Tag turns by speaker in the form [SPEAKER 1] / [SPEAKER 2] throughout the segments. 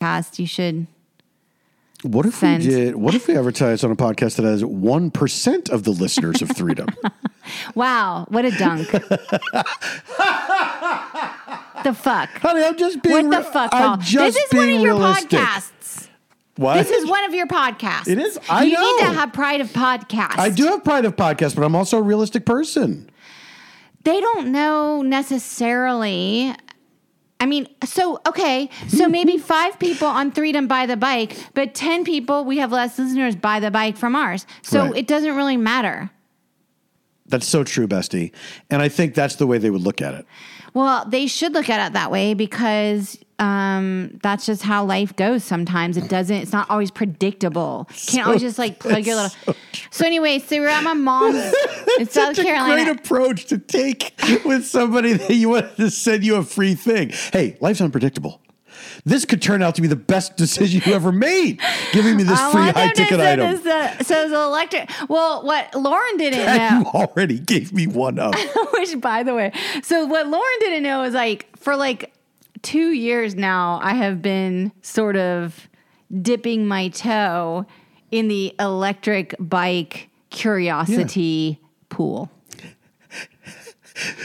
[SPEAKER 1] podcast, you should.
[SPEAKER 2] What if
[SPEAKER 1] Send.
[SPEAKER 2] we did? What if we advertised on a podcast that has one percent of the listeners of Freedom?
[SPEAKER 1] Wow, what a dunk. the fuck?
[SPEAKER 2] Honey, I'm just being.
[SPEAKER 1] What the
[SPEAKER 2] re-
[SPEAKER 1] fuck, Paul?
[SPEAKER 2] I'm just
[SPEAKER 1] This is one
[SPEAKER 2] being
[SPEAKER 1] of your
[SPEAKER 2] realistic.
[SPEAKER 1] podcasts.
[SPEAKER 2] What?
[SPEAKER 1] This is one of your podcasts.
[SPEAKER 2] It is? I
[SPEAKER 1] you need
[SPEAKER 2] know.
[SPEAKER 1] to have pride of podcast.
[SPEAKER 2] I do have pride of podcast, but I'm also a realistic person.
[SPEAKER 1] They don't know necessarily. I mean, so okay, so
[SPEAKER 2] Mm-hmm.
[SPEAKER 1] maybe five people on Freedom buy the bike, but ten people we have less listeners buy the bike from ours. So
[SPEAKER 2] Right.
[SPEAKER 1] it doesn't really matter.
[SPEAKER 2] That's so true, Bestie. And I think that's the way they would look at it.
[SPEAKER 1] Well, they should look at it that way because um, that's just how life goes. Sometimes it doesn't. It's not always predictable. Can't always just like plug your little. So, anyway, so we we're at my mom's in South
[SPEAKER 2] Such a
[SPEAKER 1] Oh, Carolina.
[SPEAKER 2] great approach to take with somebody that you want to send you a free thing. Hey, life's unpredictable. This could turn out to be the best decision you ever made, giving me this
[SPEAKER 1] I
[SPEAKER 2] free
[SPEAKER 1] want them
[SPEAKER 2] high
[SPEAKER 1] to
[SPEAKER 2] ticket
[SPEAKER 1] send
[SPEAKER 2] item.
[SPEAKER 1] us the- so the electric. Well, what Lauren didn't
[SPEAKER 2] And
[SPEAKER 1] know.
[SPEAKER 2] you already gave me one up.
[SPEAKER 1] Which, by the way, so what Lauren didn't know is like for like two years now, I have been sort of dipping my toe in the electric bike curiosity pool.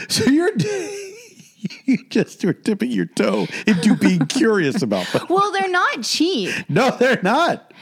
[SPEAKER 2] So you're you just were dipping your toe into being curious about them.
[SPEAKER 1] Well, they're not cheap.
[SPEAKER 2] No, they're not.